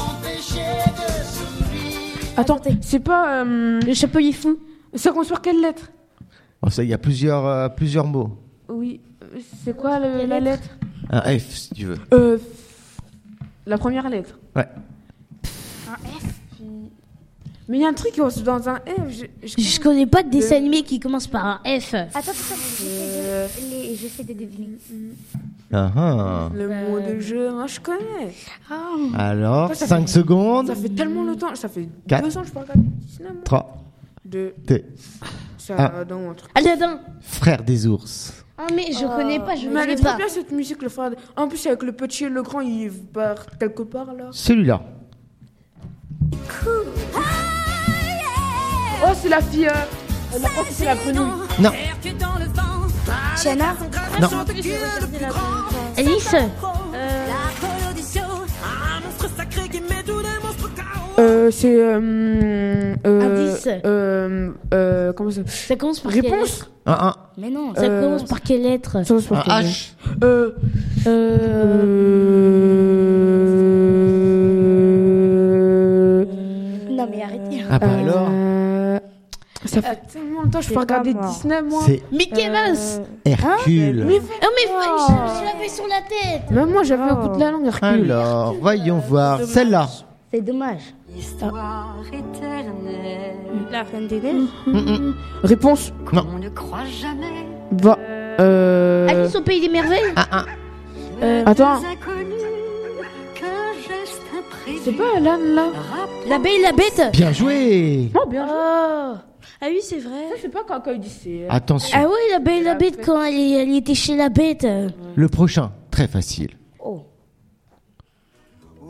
S1: Attends, c'est pas euh,
S2: Le chapelier fou.
S1: ça commence par quelle lettre
S4: Oh, ça, Il y a plusieurs, euh, plusieurs mots.
S1: Oui, euh, c'est quoi le- la lettre
S4: Un F, si tu veux.
S1: Euh f- la première lettre.
S4: Ouais.
S1: Mais il y a un truc qui commence dans un F. Je, je-
S6: Je connais pas de dessin animé qui commence par un F.
S5: Attends, attends, j'essaie de, les- j'essaie de deviner.
S4: Ah, ah.
S1: le mot de jeu, moi je connais.
S5: Ah,
S4: Alors,
S1: Ça, ça
S4: 5
S1: fait-
S4: secondes.
S1: Ça fait tellement longtemps, ça fait
S4: Quatre.
S1: deux ans que je parle pas de cinéma.
S4: 3,
S1: De
S4: 2,
S1: ça
S4: Ah.
S1: dans mon truc.
S6: Aladdin.
S4: frère des ours.
S6: Ah mais je connais pas, je
S1: Mais elle est
S6: connais
S1: très
S6: pas.
S1: bien cette musique, le frère. En plus, avec le petit et le grand, ils partent quelque part là.
S4: Celui-là.
S1: Oh, c'est la fille. euh, elle a pas que c'est la grenouille.
S4: Non,
S2: Tiana.
S4: non.
S6: Alice.
S1: Euh, c'est. Euh, euh,
S6: Indice.
S1: euh, euh, comment ça
S6: Ça commence par quelle lettre
S1: Réponse
S4: Un, un,
S5: Mais non,
S6: Ça
S1: Euh,
S6: commence par quelle lettre
S1: Ça, c'est
S4: un
S1: pas clair.
S4: H.
S1: Euh. Euh.
S5: non mais arrêtez.
S4: Ah bah alors,
S1: euh, Ça fait tellement longtemps que je
S3: c'est
S1: peux
S3: pas
S1: regarder
S3: moi.
S1: Disney, moi. Ah,
S4: c'est
S6: Mickey Mouse.
S4: Hercule.
S1: Mais
S6: Oh mais je, je l'avais sur la tête.
S1: Même moi, j'avais un coup de la langue, Hercule.
S4: Alors, voyons voir. Celle-là.
S5: C'est dommage.
S3: La Reine des Neiges.
S1: Réponse
S4: Non.
S1: Bah. Euh.
S6: Alice au pays des merveilles.
S1: Attends. C'est pas Alan là
S6: La belle et la bête.
S4: Bien joué.
S1: Oh bien joué.
S3: Ah oui, c'est vrai.
S1: Ça c'est pas quand quand il dit c'est.
S4: Attention.
S6: Ah ouais, la belle et la bête quand elle, est- elle était chez la bête.
S4: Le prochain, très facile.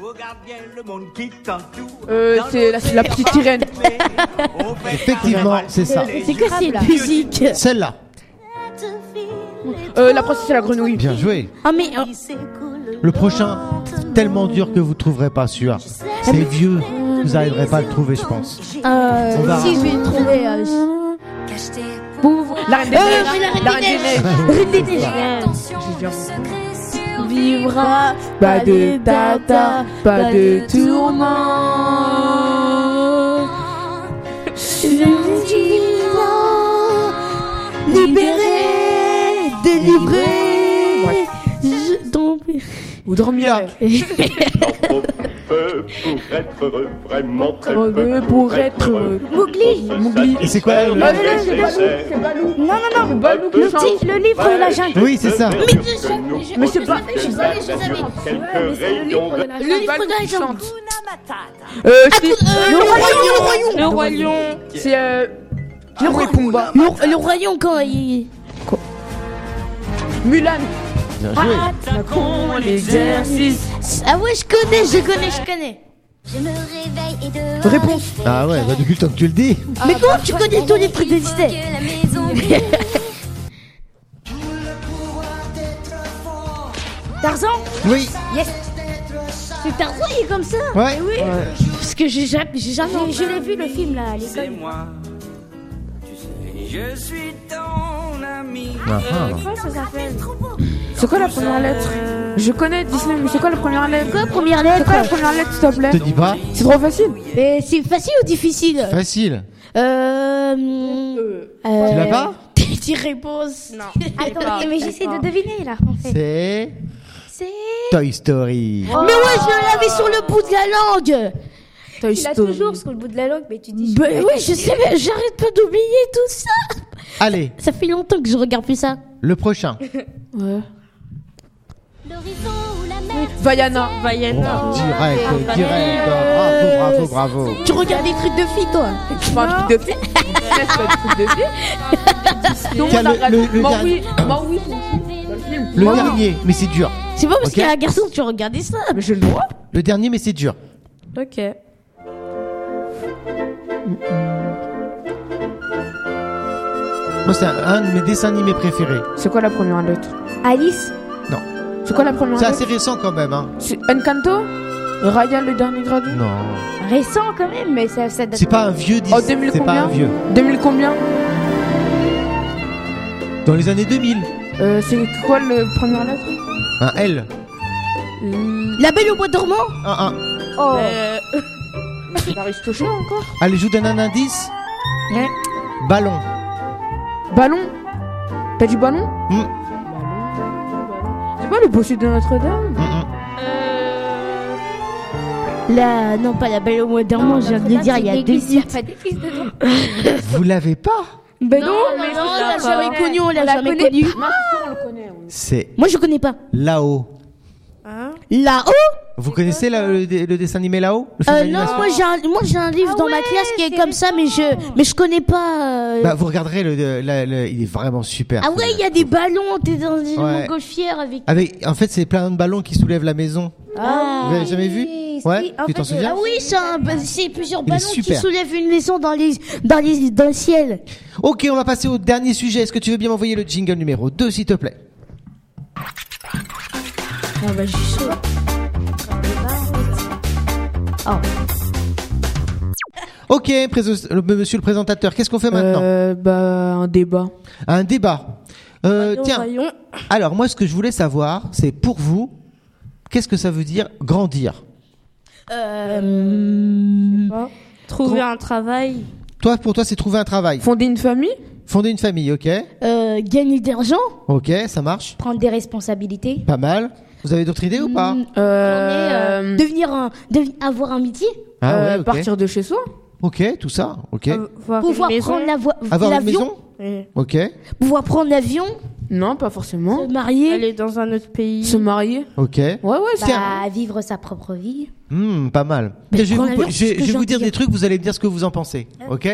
S7: Regarde bien le monde qui t'entoure.
S1: Euh, c'est la, c'est la petite sirène.
S4: Effectivement, c'est ça.
S6: C'est quoi cette musique
S4: Celle-là.
S1: Euh, la princesse et la grenouille.
S4: Bien joué.
S6: Ah mais oh,
S4: Le prochain, tellement dur que vous trouverez pas sûr. C'est vieux. Vous n'arriverez pas à le trouver, je pense.
S1: Euh,
S4: On
S6: Bah.
S4: va-
S2: Si je vais le trouver. euh,
S1: La reine des
S6: euh,
S1: neiges.
S6: mais la
S1: La
S6: reine
S1: reine des
S6: des
S1: neiges.
S6: Reine des Neiges.
S2: Vivra
S1: Pas de tata, pas de tourment.
S6: Libéré, délivré. Je tombe.
S1: Ou dormir.
S9: Pour être heureux, vraiment très
S1: Heureux
S9: peu
S1: pour être heureux.
S9: Mowgli
S1: Mowgli.
S4: Et c'est quoi
S1: Ah, mais là, c'est Balou, c'est Balou. Non, non, non. Balou qui chante.
S9: Le livre de la jungle
S4: Oui, c'est ça.
S1: Mais c'est pas- je sais pas,
S6: Le livre de la
S1: qui
S6: jungle.
S1: chante. Euh, c'est. Le roi lion.
S6: Le roi lion.
S1: C'est euh. Le roi Pumba.
S6: Le, le roi lion quand il.
S1: Mulan.
S4: Bien
S1: ah,
S4: joué.
S1: L'exercice.
S6: Ah ouais, je connais, je connais, je connais.
S5: Je me réveille et dehors.
S1: Réponse.
S4: Ah ouais, bah, depuis le temps que tu le dis.
S6: mais comment tu connais tous les trucs de Disney
S5: la maison brille.
S6: Tarzan
S4: Oui.
S6: C'est Tarzan, il est comme ça
S4: Ouais.
S6: Parce que j'ai jamais. J'ai jamais
S2: Mais Je l'ai vu le film là à l'école.
S10: moi. Tu sais, je suis ton ami.
S4: Ah, ah.
S1: C'est quoi la première lettre Je connais Disney, mais c'est quoi la première lettre
S6: Quoi, première
S1: C'est quoi la
S6: lettre
S1: première lettre, s'il te plaît
S4: Je te dis pas.
S1: C'est trop facile.
S6: Mais c'est facile ou difficile
S4: Facile.
S6: Euh. hum,
S4: Tu l'as pas
S6: Petite réponse. Non.
S5: Attends, mais j'essaie de deviner là.
S4: C'est. Toy Story.
S6: Mais ouais, je l'avais sur le bout de la langue
S1: Toy
S2: Il a
S1: Story.
S2: toujours sur le bout de la langue, mais tu dis.
S6: Bah oui, je sais, mais j'arrête pas d'oublier tout ça
S4: Allez,
S6: Ça fait longtemps que je regarde plus ça.
S4: le prochain.
S1: Ouais.
S5: L'horizon ou la mer.
S1: Vaiana.
S4: Oh, direct, direct. Oh, Bravo, bravo, bravo.
S6: Tu regardes des trucs de filles, toi
S1: Pas un truc de fille. Ouais, c'est pas un truc de fille. Non,
S4: Tiens,
S1: la
S4: le- le- le
S1: reine- Bah
S4: dernier.
S1: oui, bah oui, c'est une fille, dans le film.
S4: Le dernier, mais c'est dur.
S6: C'est pas parce
S4: Ok. Ah,
S6: qu'il y a un garçon que tu regardais ça
S1: Mais j'ai le droit.
S4: Le dernier, mais c'est dur.
S3: Ok.
S4: Moi, c'est un, un de mes dessins animés préférés.
S1: C'est quoi la première lettre
S2: Alice
S1: C'est quoi la première
S4: C'est
S1: lettre
S4: assez récent quand même. Hein.
S1: C'est Encanto Raya le dernier dragon
S4: Non.
S2: Récent quand même, mais ça, ça date.
S4: C'est pas un vieux
S1: Oh,
S4: dessin.
S1: 2000
S4: c'est pas
S1: combien
S4: un vieux.
S1: 2000 combien
S4: Dans les années 2000.
S1: Euh, C'est quoi la première lettre
S4: Un L.
S1: Hum,
S6: La belle au bois dormant
S4: Un, un.
S1: Oh C'est Aristochon encore
S4: Allez, je vous donne un indice.
S1: Ouais.
S4: Ballon.
S1: Ballon T'as dit ballon
S4: Mm.
S1: Ballon, C'est pas le bossu de Notre-Dame
S4: Mm, mm.
S6: La... Non, pas la belle au bois dormant, je viens de le dire il y a deux
S2: Il n'y a
S6: minutes.
S2: pas d'église dedans.
S4: Vous l'avez pas
S1: Ben
S6: Bah non, non, on l'a jamais connu, on l'a jamais connu.
S4: C'est
S6: Moi, je connais pas.
S4: là-haut.
S3: Hein
S6: Là-haut
S4: Vous connaissez la- le, le dessin animé là-haut Le film
S6: Euh, Non,
S4: d'animation
S6: moi j'ai un, moi, j'ai un livre
S1: Ah
S6: dans ma classe qui est comme ça, mais je, mais je connais pas. euh,
S4: Bah, vous regarderez, le, le- la- le- il est vraiment super.
S6: ah
S4: ce
S6: ouais,
S4: film.
S6: il y a des ballons, t'es dans une
S4: Ouais.
S6: montgolfière avec.
S4: Avec, en fait, c'est plein de ballons qui soulèvent la maison. vous l'avez jamais vu Ouais, tu t'en souviens
S6: Ah oui, c'est un- bah, c'est plusieurs
S4: Il est
S6: ballons qui
S4: super.
S6: soulèvent une maison dans les, dans les, dans le ciel.
S4: Ok, on va passer au dernier sujet. Est-ce que tu veux bien m'envoyer le jingle numéro 2, s'il te plaît
S6: Ah bah, je suis chaud.
S4: Ah. Ok, préso- le- monsieur le présentateur, qu'est-ce qu'on fait maintenant
S1: Euh, bah, un débat.
S4: Un débat. Euh,
S3: Voyons,
S4: tiens,
S3: voyons.
S4: alors moi, ce que je voulais savoir, c'est pour vous, qu'est-ce que ça veut dire grandir
S6: Euh,
S3: Hein Trouver un travail.
S4: Toi, pour toi, c'est trouver un travail,
S1: Fonder une famille
S4: fonder une famille, ok
S6: euh, gagner d'argent
S4: Ok, ça marche,
S5: Prendre des responsabilités.
S4: pas mal. Vous avez d'autres idées ou pas
S6: Mm,
S1: euh,
S6: euh, Devenir un, devi- avoir un métier
S4: Ah
S1: euh,
S4: ouais, ok.
S1: Partir de chez soi
S4: Ok, tout ça, ok.
S3: euh, voir une
S6: Pouvoir
S3: maison.
S6: prendre la voie-
S4: Avoir une
S6: l'avion
S4: maison
S3: Oui.
S4: Ok.
S6: Pouvoir prendre l'avion
S1: Non, pas forcément.
S4: Hein
S6: Se marier
S3: Aller dans un autre pays.
S1: Se marier
S4: Ok.
S1: Ouais, ouais, c'est
S4: Tiens.
S5: Bah, vivre sa propre vie.
S4: Hmm, pas mal.
S6: Mais
S4: je vais
S6: prends
S4: vous,
S6: l'avion,
S4: je-
S6: c'est ce que
S4: je vais
S6: j'ai
S4: vous
S6: envie
S4: dire
S6: de Ah
S4: des trucs, vous allez me dire ce que vous en pensez. Ok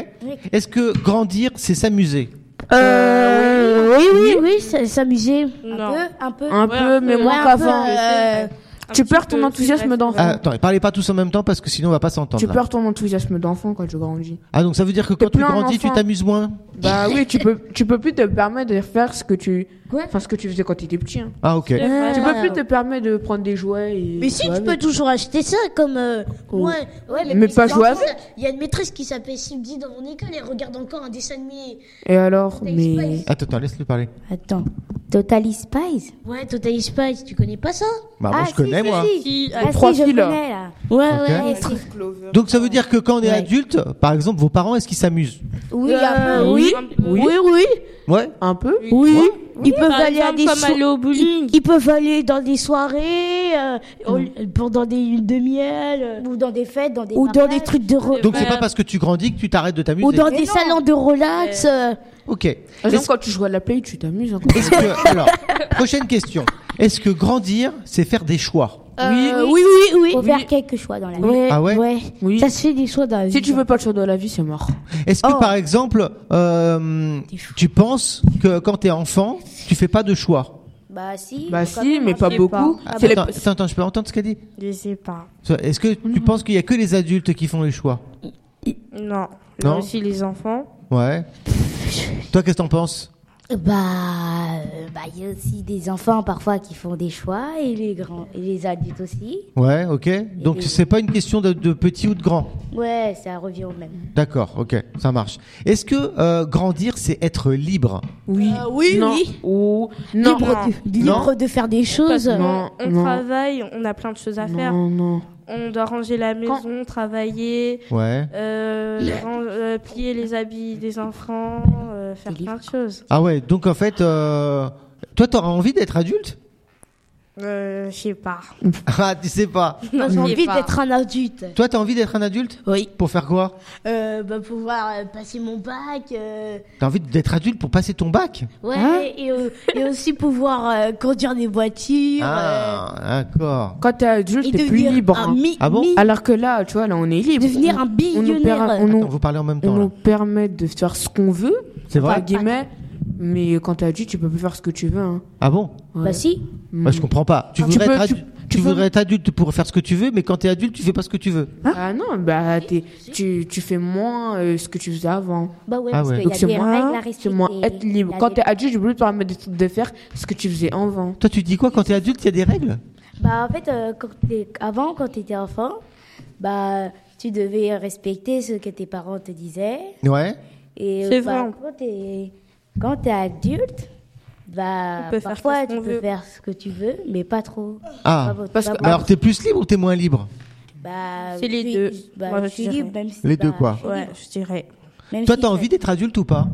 S4: Est-ce que grandir, c'est s'amuser
S6: Euh, oui, oui, oui, s- s'amuser.
S3: Non.
S5: Un peu.
S1: un
S3: Ouais,
S1: peu,
S3: un
S1: mais
S3: peu,
S1: moins
S6: ouais, un
S1: qu'avant.
S6: peu, euh,
S3: Un
S1: Tu
S3: petit
S1: perds
S3: peu,
S1: ton
S3: c'est
S1: enthousiasme
S3: vrai,
S1: d'enfant.
S4: Ah, Attends, parlez pas tous en même temps parce que sinon on va pas s'entendre.
S1: Tu
S4: là.
S1: perds ton enthousiasme d'enfant quand tu grandis.
S4: Ah, donc ça veut dire que quand tu
S1: plein
S4: grandis, tu
S1: d'enfants.
S4: t'amuses moins
S1: Bah oui, tu peux, tu peux plus te permettre de faire ce que tu,
S6: Ouais.
S1: enfin ce que tu faisais quand tu étais petit. hein.
S4: Ah, ok.
S3: c'est vrai.
S1: Tu
S6: Ah.
S1: peux plus te permettre de prendre des jouets. Et
S6: Mais si,
S1: Ouais,
S6: tu peux toujours acheter ça, comme... euh,
S1: Oh.
S6: moi- ouais,
S1: Mais
S6: plus
S1: pas
S6: tard,
S1: jouable.
S6: Il y a une maîtresse qui s'appelle Sylvie dans mon école, elle regarde encore un dessin animé.
S1: Et alors,
S6: Total
S1: mais
S6: Spice.
S4: Attends, attends, laisse-le parler.
S5: Attends. Totally Spies
S6: Ouais, Total Spice, tu connais pas ça
S4: Bah, moi,
S5: Ah,
S4: je connais,
S5: si,
S4: moi.
S5: si, si.
S3: Qui-
S5: Ah,
S1: Trois
S5: si, je
S1: filles, là.
S5: connais, là.
S6: Ouais,
S4: Ok.
S6: ouais.
S4: Donc ça veut dire que quand on est adulte, par exemple, vos parents, est-ce qu'ils s'amusent
S5: Oui,
S6: Euh, oui,
S1: oui,
S6: oui, oui,
S4: Ouais.
S1: un peu.
S6: oui. Ils peuvent
S3: Par
S6: aller à
S3: exemple,
S6: des
S3: comme
S6: so-
S3: aller au bowling.
S6: ils, ils peuvent aller dans des soirées euh, au- pendant des lunes de miel euh,
S5: Ou dans des fêtes, dans des
S6: ou dans
S5: mariages.
S6: des trucs de re- euh,
S4: Donc c'est
S3: Bah,
S4: pas parce que tu grandis que tu t'arrêtes de
S6: ou
S4: t'amuser.
S6: dans des salons de relax. euh,
S4: Ok.
S1: Par exemple,
S4: Est-ce
S1: quand tu joues à la play, tu t'amuses. hein, quand-
S4: est-ce que... Alors, prochaine question. Est-ce que grandir, c'est faire des choix
S6: euh, oui, oui, oui.
S5: Faut faire quelques choix dans la vie.
S6: Ouais,
S4: Ah ouais
S1: Oui.
S6: Ça se fait des choix dans la vie.
S1: Si tu veux pas de choix dans la vie, c'est mort.
S4: Est-ce que par exemple, euh, tu penses que quand t'es enfant, tu fais pas de choix
S5: Bah si.
S1: Bah
S5: faut quand
S1: si,
S5: même
S1: mais
S5: un
S1: pas
S5: peu.
S1: beaucoup.
S5: Ah
S1: C'est les-
S4: attends, attends, attends, je peux entendre ce qu'elle dit
S3: Je sais pas.
S4: Est-ce que tu penses qu'il y a que les adultes qui font les choix
S3: Non.
S4: Non.
S3: Non. aussi les enfants.
S4: Ouais. Toi, qu'est-ce que t'en penses
S5: Bah, euh, bah, il y a aussi des enfants parfois qui font des choix et les grands et les adultes aussi.
S4: Ouais, ok. Donc c'est pas une question de, de petit ou de grand.
S5: Ouais, ça revient au même.
S4: D'accord, ok, ça marche. Est-ce que euh, grandir, c'est être libre
S1: Oui.
S6: Euh, oui,
S1: non.
S6: oui.
S1: Ou- Non.
S6: libre, de, libre de faire des choses.
S1: Non,
S3: on
S1: non.
S3: travaille, on a plein de choses à faire.
S1: Non, non.
S3: On doit ranger la maison, travailler,
S4: Ouais.
S3: euh, ran- euh, plier les habits des enfants, euh, faire plein de choses.
S4: Ah ouais, donc en fait, euh, toi, t'auras envie d'être adulte
S3: Euh, je sais pas.
S4: Ah, tu sais pas.
S6: Moi, J'ai envie d'être un adulte.
S4: Toi, t'as envie d'être un adulte
S6: Oui.
S4: Pour faire quoi
S6: Euh, bah, pouvoir euh, passer mon bac. euh,
S4: T'as envie d'être adulte pour passer ton bac
S6: ouais, et, et, euh, et aussi pouvoir euh, conduire des voitures. euh,
S4: Ah, d'accord.
S1: Quand t'es adulte,
S6: et
S1: t'es plus
S6: devenir
S1: libre.
S6: un
S1: hein.
S6: mi-
S4: Ah bon
S6: mi-
S1: Alors que là, tu vois, là, on est libre.
S6: devenir un
S1: on nous,
S6: billionnaire.
S1: permet- on nous-
S4: Attends, vous parlez en même
S1: on
S4: temps.
S1: nous
S4: là.
S1: permet de faire ce qu'on veut,
S4: C'est
S1: entre
S4: vrai
S1: guillemets, mais quand t'es adulte, tu peux plus faire ce que tu veux. hein.
S4: Ah bon
S1: Ouais.
S5: Bah si.
S1: Mm.
S4: Bah, Je comprends pas. Tu
S1: tu,
S4: voudrais
S1: peux,
S4: être
S1: tu,
S4: adulte
S1: tu
S4: tu
S1: peux-
S4: voudrais être adulte pour faire ce que tu veux, mais quand t'es adulte, tu fais pas ce que tu veux.
S1: ah non, bah, t'es- tu, tu fais moins euh, ce que tu faisais avant.
S5: Bah ouais,
S4: Ah
S5: parce
S4: ouais.
S5: qu'il
S1: Donc
S5: y a
S1: c'est
S5: des règles
S1: moins,
S5: à
S1: c'est
S5: respecter.
S1: moins être
S5: il y a
S1: libre. Quand
S5: des-
S1: t'es adulte, je voulais te permettre de faire ce que tu faisais avant.
S4: Toi, tu dis quoi quand t'es adulte Il y a des règles.
S5: Bah en fait, euh, quand t'es- avant, quand tu étais enfant, bah tu devais respecter ce que tes parents te disaient.
S4: Ouais.
S5: Et euh,
S3: C'est
S5: bah,
S3: vrai.
S5: quand t'es quand t'es adulte, bah
S3: On peut faire
S5: parfois
S3: qu'est-ce
S5: tu
S3: qu'on
S5: peux
S3: veut.
S5: faire ce que tu veux, mais pas trop.
S4: Ah.
S5: Bravo,
S1: parce que-
S5: bravo.
S4: Alors, t'es plus libre ou t'es moins libre
S5: Bah,
S3: C'est les
S5: je suis-
S3: deux.
S5: bah,
S3: Moi,
S5: je
S3: je
S5: suis
S3: dirais.
S5: libre, même si,
S4: Les deux,
S5: bah,
S4: quoi.
S5: je suis
S3: Ouais,
S5: libre.
S3: je dirais.
S5: Même
S4: Toi,
S5: si
S4: t'as
S5: je-
S4: envie d'être adulte ou pas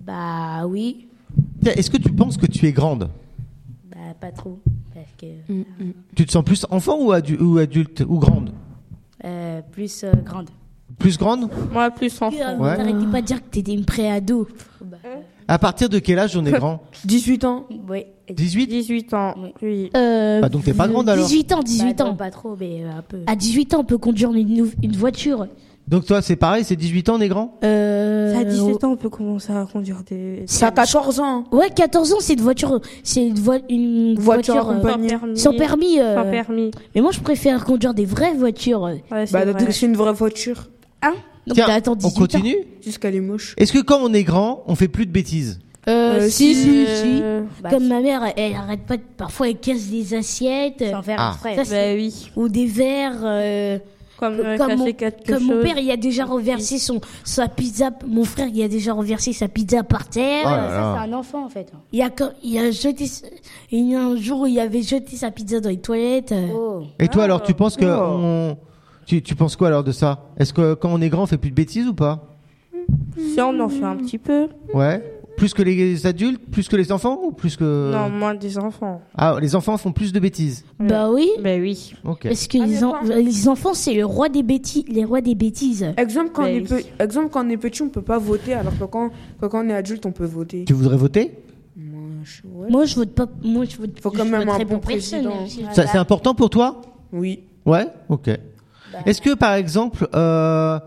S5: Bah oui,
S4: Tiens, Est-ce que tu penses que tu es grande
S5: bah pas trop, parce que
S3: Mm.
S4: Tu te sens plus enfant ou, adu- ou adulte ou grande
S5: euh, plus euh, grande.
S4: Plus grande
S3: Moi, plus enfant.
S6: Euh,
S4: Ouais.
S6: T'arrêtais pas de dire que t'étais une pré-ado.
S4: À partir de quel âge on est grand
S1: 18 ans.
S5: Oui.
S4: 18
S3: 18 ans, oui.
S6: Euh,
S4: Bah, donc t'es pas grande, alors.
S6: 18 ans,
S5: Bah,
S6: 18
S5: non,
S6: ans.
S5: Pas trop, mais euh, un peu.
S3: Ah.
S6: À 18 ans, on peut conduire une, nou- une voiture.
S4: Donc toi, c'est pareil, c'est 18 ans, on est grand
S6: Euh,
S3: à 17 ans, on peut commencer à conduire des.
S1: Ça à 14 ans.
S6: Ouais, 14 ans, c'est une voiture, c'est une, voi- une
S1: Voiture
S6: voiture, euh,
S1: accompagnée.
S6: sans permis. euh,
S3: Sans permis.
S6: Mais moi, je préfère conduire des vraies voitures. euh.
S3: Ouais, c'est
S1: Bah,
S3: vrai.
S1: donc c'est une vraie voiture.
S6: Donc
S4: Tiens,
S6: t'attends
S4: on
S6: 18 ans.
S4: continue
S1: Jusqu'elle est moche.
S4: Est-ce que quand on est grand, on fait plus de bêtises
S6: Euh,
S1: Euh,
S6: si, si,
S1: si,
S6: si.
S3: Euh,
S5: Bah,
S6: Comme ma mère, elle, elle arrête pas. de- Parfois, elle casse des assiettes euh,
S5: sans faire
S4: Ah.
S5: exprès.
S6: Ça,
S3: Bah oui.
S6: ou des verres. euh,
S3: Comme, euh,
S6: comme,
S3: ça,
S6: mon,
S3: c'est quelque
S6: comme mon
S3: chose.
S6: père, il a déjà renversé son sa pizza. Mon frère, il a déjà renversé sa pizza par terre.
S4: Oh là
S5: Ouais, Ah, ça,
S4: là.
S5: c'est un enfant en fait.
S6: Il a, co- il a jeté. s- Il y a un jour où il avait jeté sa pizza dans les toilettes. euh.
S5: Oh.
S4: Et toi, alors,
S3: Ah.
S4: tu penses que
S1: Oh.
S4: on- tu, tu penses quoi alors de ça Est-ce que quand on est grand, on fait plus de bêtises ou pas
S3: Si on en fait un petit peu.
S4: Ouais. Plus que les adultes, plus que les enfants ou plus que
S3: Non, moins des enfants.
S4: Ah, les enfants font plus de bêtises.
S6: Bah oui.
S3: Bah oui.
S4: Ok.
S6: Parce que les, en- les enfants, c'est le roi des bêtises, les rois des bêtises.
S1: Exemple quand, on
S3: Mais
S1: est
S3: oui.
S1: pe- exemple, quand on est petit, on peut pas voter, alors que quand, que quand on est adulte, on peut voter.
S4: Tu voudrais voter
S1: Moi, je- ouais.
S6: Moi, je vote pas. Moi, je vote.
S1: Faut quand
S6: je
S1: même un
S6: voterai
S1: bon
S6: pour personne,
S1: président.
S6: même si
S3: Bah
S6: je-
S4: Ça, c'est important pour toi
S1: Oui.
S4: Ouais. Ok.
S3: Bah.
S4: Est-ce que par exemple, euh,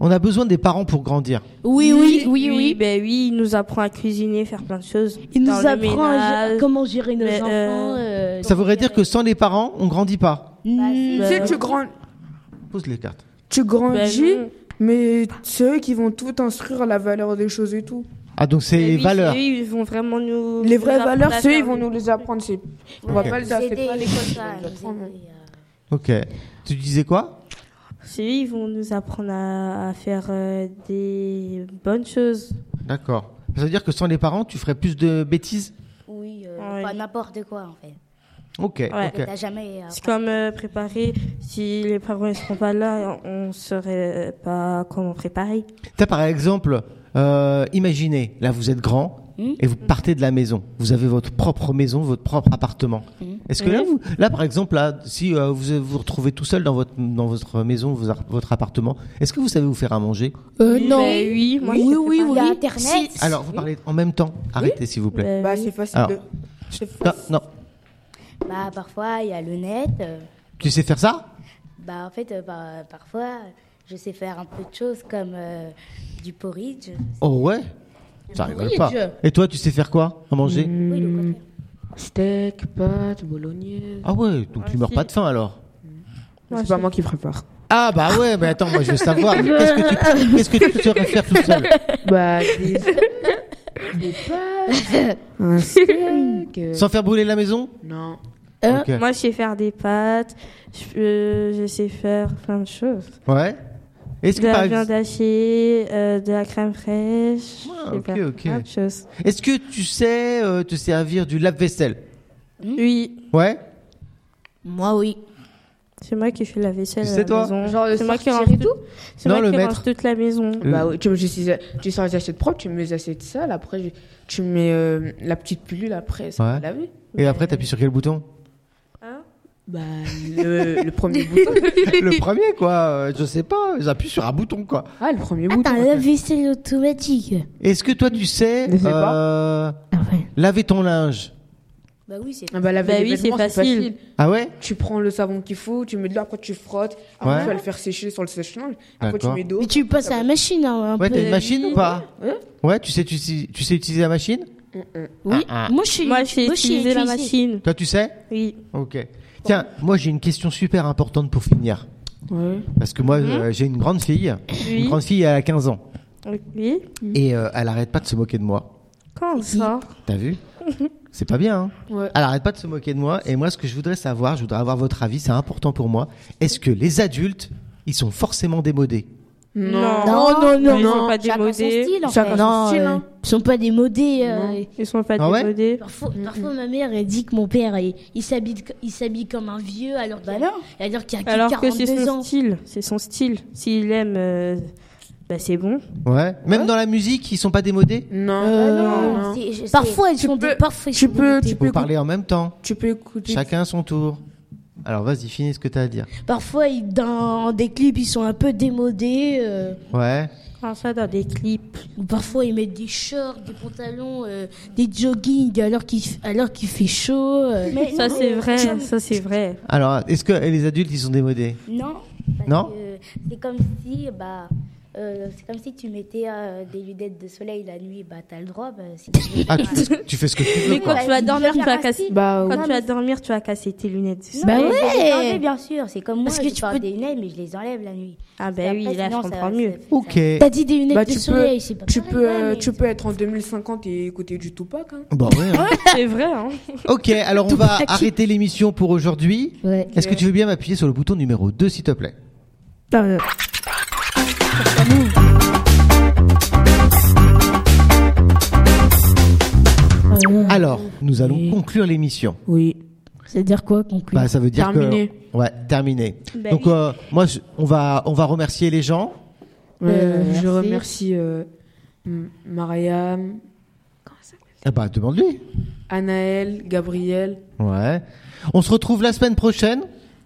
S4: on a besoin des parents pour grandir
S6: Oui, oui, oui, oui.
S3: Ben oui, il nous apprend à cuisiner, faire plein de choses.
S6: Il nous
S3: Dans le
S6: apprend à gé-
S3: ménage.
S6: comment gérer nos
S3: Mais, euh,
S6: enfants. euh,
S4: Ça voudrait dire que sans les parents, on grandit pas.
S5: Bah,
S1: Tu sais, tu, grand-
S4: Pose les cartes.
S1: tu grandis,
S3: Bah non.
S1: mais c'est eux qui vont tout instruire, la valeur des choses et tout.
S4: Ah donc c'est
S3: Ben
S4: les
S3: oui,
S4: valeurs.
S3: c'est eux, ils vont vraiment nous.
S1: Les
S3: nous
S1: vraies
S3: apprendre
S1: valeurs,
S3: à
S1: c'est eux,
S3: faire
S1: ils vont
S3: des-
S1: nous les apprendre. c'est- On va pas les apprendre
S5: Aider,
S1: à l'école.
S5: comme
S1: ils
S5: ça,
S1: vont les apprendre.
S5: aider, euh,
S4: Ok. Tu disais quoi
S3: C'est eux, ils vont nous apprendre à, à faire euh, des bonnes choses.
S4: D'accord. Ça veut dire que sans les parents, tu ferais plus de bêtises
S5: Oui, euh,
S3: Ouais.
S5: pas n'importe quoi en fait.
S4: Ok. ok.
S5: T'as jamais. euh,
S3: C'est comme euh, préparer. Si les parents ne seront pas là, on ne saurait pas comment préparer.
S4: T'as par exemple, euh, imaginez, là vous êtes grand
S5: Hmm.
S4: et vous partez de la maison. Vous avez votre propre maison, votre propre appartement. Est-ce que là, vous, là par exemple, là, si euh, vous vous retrouvez tout seul dans votre dans votre maison, vos ar- votre appartement, est-ce que vous savez vous faire à manger
S6: Euh, non.
S3: Ben oui, moi,
S6: oui,
S3: je sais
S6: oui,
S5: pas.
S6: oui.
S5: Il y a Internet.
S6: Si-
S4: Alors vous parlez en même temps. Arrêtez s'il vous plaît.
S3: Ben
S1: Bah,
S3: oui.
S1: c'est facile
S4: Alors.
S1: de. c'est
S4: Non,
S1: facile.
S4: non.
S5: Bah parfois il y a le net. euh,
S4: Tu sais faire ça
S5: bah en fait euh, bah, parfois je sais faire un peu de choses comme euh, du porridge.
S4: Oh ouais. Ça rigole pas. Et toi, tu sais faire quoi à manger
S5: Oui, le
S4: Hmm.
S5: contraire.
S1: Steak, pâtes, bolognaise.
S4: Ah ouais, donc tu meurs pas de faim alors.
S1: c'est pas moi qui prépare.
S4: Ah bah ouais, mais attends, moi je veux savoir, mais qu'est-ce que tu, qu'est-ce que tu saurais faire tout seul
S1: Bah, des. des pâtes. Un steak. euh,
S4: Sans faire brûler la maison
S1: Non.
S6: Euh,
S4: Ok.
S3: Moi, je sais faire des pâtes. Je, peux- je sais faire plein de choses.
S4: Ouais. Est-ce
S3: De
S4: que, par
S3: la
S4: ex-
S3: viande hachée, euh, de la crème fraîche.
S4: Ah,
S3: je sais
S4: ok,
S3: faire
S4: ok.
S3: Plein de choses.
S4: est-ce que tu sais euh, te servir du lave-vaisselle
S1: Hmm?
S3: Oui.
S4: Ouais.
S6: Moi, oui.
S3: C'est moi qui fais la vaisselle
S4: C'est
S3: à la
S4: toi
S3: maison.
S1: Genre euh, le
S3: c'est moi qui
S1: sortir
S3: range
S1: et
S3: tout. C'est
S4: Non,
S3: moi
S4: le
S3: qui
S4: maître.
S3: range toute la maison.
S4: Hmm.
S1: Bah oui, tu, mets juste les a- tu sors les assiettes propres, tu mets les assiettes sales, après je- tu mets euh, la petite pilule après, ça
S4: Ouais.
S1: va laver.
S4: Et après, t'appuies sur quel bouton
S1: Bah le, le premier bouton.
S4: Le premier, quoi. euh, je sais pas, j'appuie sur un bouton, quoi.
S1: Ah, le premier
S6: Ah, t'as
S1: bouton.
S6: un lave-vaisselle automatique.
S4: Est-ce que toi, tu sais,
S1: Je sais
S4: euh,
S6: ouais.
S4: laver ton linge
S5: Bah oui c'est.
S1: Ah bah laver
S3: Bah
S1: les
S3: oui, c'est
S1: vêtements, c'est facile.
S3: facile.
S4: Ah ouais
S1: Tu prends le savon qu'il faut, tu mets de l'eau, après tu frottes, après
S4: Ouais.
S1: tu vas le faire sécher sur le sèche-linge, après tu
S4: D'accord.
S1: mets d'eau.
S6: Mais tu passes à la machine, hein, un
S4: Ouais,
S6: peu.
S4: t'as une machine ou pas
S1: Euh, Ouais.
S4: Ouais, tu sais, tu, sais- tu sais utiliser la machine
S6: Oui,
S4: Ah, ah.
S6: moi je suis.
S3: Moi, j'ai
S6: moi, je suis
S3: utilisé la
S6: intuitive.
S3: machine.
S4: Toi, tu sais
S3: Oui.
S4: Ok. Tiens, moi j'ai une question super importante pour finir. Parce que moi
S1: Mhm.
S4: euh, j'ai une grande fille. Une grande fille, elle a 15 ans.
S3: Oui.
S1: Mhm.
S4: Et euh, elle arrête pas de se moquer de moi.
S3: Quand on sort
S4: T'as vu C'est pas bien. hein
S1: Ouais.
S4: Elle arrête pas de se moquer de moi. Et moi, ce que je voudrais savoir, je voudrais avoir votre avis, c'est important pour moi. Est-ce que les adultes, ils sont forcément démodés
S1: Non.
S6: Non, non, non,
S3: Ils sont
S1: non.
S3: pas
S5: Chacun son
S3: démodés.
S5: style, en
S1: Chacun
S5: fait.
S1: son
S6: Non,
S1: style.
S6: euh,
S1: hein.
S6: ils sont pas démodés. euh,
S1: Non.
S3: Ils sont pas
S4: Ah ouais
S3: démodés.
S6: Parfois, parfois, ma mère elle dit que mon père il, il s'habille il s'habille comme un vieux alors qu'il
S5: non.
S6: a, alors qu'il a que
S3: Alors que c'est
S6: 42
S3: son
S6: ans.
S3: style. C'est son style. S'il aime, euh, bah c'est bon.
S4: Ouais. Même dans la musique, ils sont pas démodés
S1: Non.
S4: Euh,
S5: Euh,
S1: Bah, non.
S5: C'est- je-
S6: Parfois elles sont
S1: peux-
S6: dé- parfois ils
S1: Tu
S6: sont
S1: peux,
S6: démodés.
S1: tu
S4: Vous
S1: peux,
S4: parlez en même temps.
S1: écouter- tu peux écouter.
S4: Chacun son tour. Alors vas-y, finis ce que t'as à dire.
S6: Parfois ils- dans des clips ils sont un peu démodés. euh,
S4: Ouais.
S3: Quand ça dans des clips.
S6: ou parfois ils mettent des shorts, des pantalons, euh, des joggings alors qu'il f- alors qu'il fait chaud. euh.
S3: ça c'est vrai. Ça c'est vrai.
S4: Alors, est-ce que les adultes, ils sont démodés
S5: c'est- Non. parce
S4: Non.
S5: que C'est comme si, bah, euh, c'est comme si tu mettais euh, des lunettes de soleil la nuit, bah t'as le droit. Bah, si tu veux.
S4: Ah, tu, tu fais ce que tu veux.
S3: Mais
S4: quoi.
S3: quand tu vas dormir, tu vas casser.
S1: Bah,
S3: Quand
S1: ouais.
S3: tu vas dormir, tu vas casser tes lunettes.
S5: Non,
S6: Bah
S5: mais
S6: ouais.
S5: je les enlève, bien sûr. C'est comme moi,
S6: Parce que
S5: je
S6: tu
S5: porte
S6: peux-
S5: des lunettes, mais je les enlève la nuit.
S3: Ah bah
S5: Après,
S3: oui, là je
S5: sinon, ça-
S3: comprends
S5: ça-
S3: mieux.
S5: ça-
S4: Ok.
S6: T'as dit des lunettes
S1: Bah,
S6: de
S1: tu
S6: soleil,
S1: peux-
S6: c'est pas
S1: Tu
S6: pareil.
S1: peux,
S5: ouais,
S1: euh,
S5: mais
S1: tu peux être en 2050 et écouter du Tupac. Hein.
S4: Bon, ouais, hein.
S3: C'est vrai. Hein.
S4: Ok, alors on
S6: Tout
S4: va
S6: acquis.
S4: arrêter l'émission pour aujourd'hui.
S6: Ouais.
S4: Est-ce que tu veux bien m'appuyer sur le bouton numéro 2, s'il te plaît
S1: Bah, euh.
S4: Alors, nous allons conclure l'émission.
S1: Oui.
S6: C'est-à-dire quoi conclure
S4: Bah, ça veut dire
S1: Terminé.
S4: que ouais, terminé.
S3: Bah
S4: Donc
S3: oui.
S4: euh, moi, je- on va on va remercier les gens.
S1: Euh,
S6: merci.
S1: Je remercie euh, M- Mariam,
S4: Ah bah demande-lui.
S1: Anaël, Gabriel.
S4: Ouais. On se retrouve la semaine prochaine.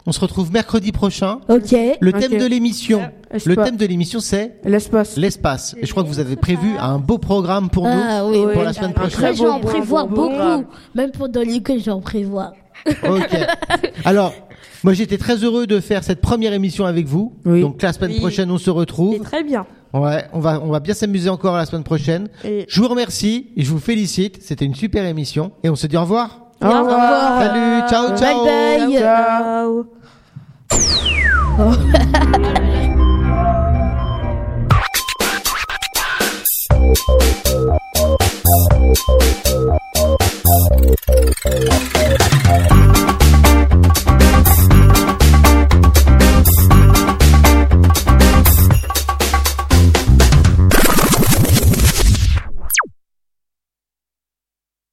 S4: On se retrouve mercredi prochain.
S6: Ok.
S4: Le thème
S1: Ok.
S4: de l'émission.
S1: Ah, je
S4: Le
S1: sais pas.
S4: thème de l'émission c'est
S1: L'espace.
S4: l'espace. Et je crois que vous avez prévu un beau programme pour nous.
S6: Ah oui,
S4: Pour
S6: oui.
S4: la semaine
S6: Après,
S4: prochaine.
S6: je vais en prévoir
S1: bon,
S6: beaucoup.
S1: bon.
S6: Même pour dans l'école, je vais en prévoir.
S4: Ok. Alors, moi j'étais très heureux de faire cette première émission avec vous.
S1: Oui.
S4: Donc la semaine
S3: Oui.
S4: prochaine on se retrouve.
S3: C'est très bien.
S4: Ouais, on va on va bien s'amuser encore la semaine prochaine.
S3: Et-
S4: Je vous remercie et je vous félicite. C'était une super émission et on se dit au revoir.
S1: Au revoir.
S4: Salut, ciao, ciao.
S6: Bye bye.
S3: Ciao.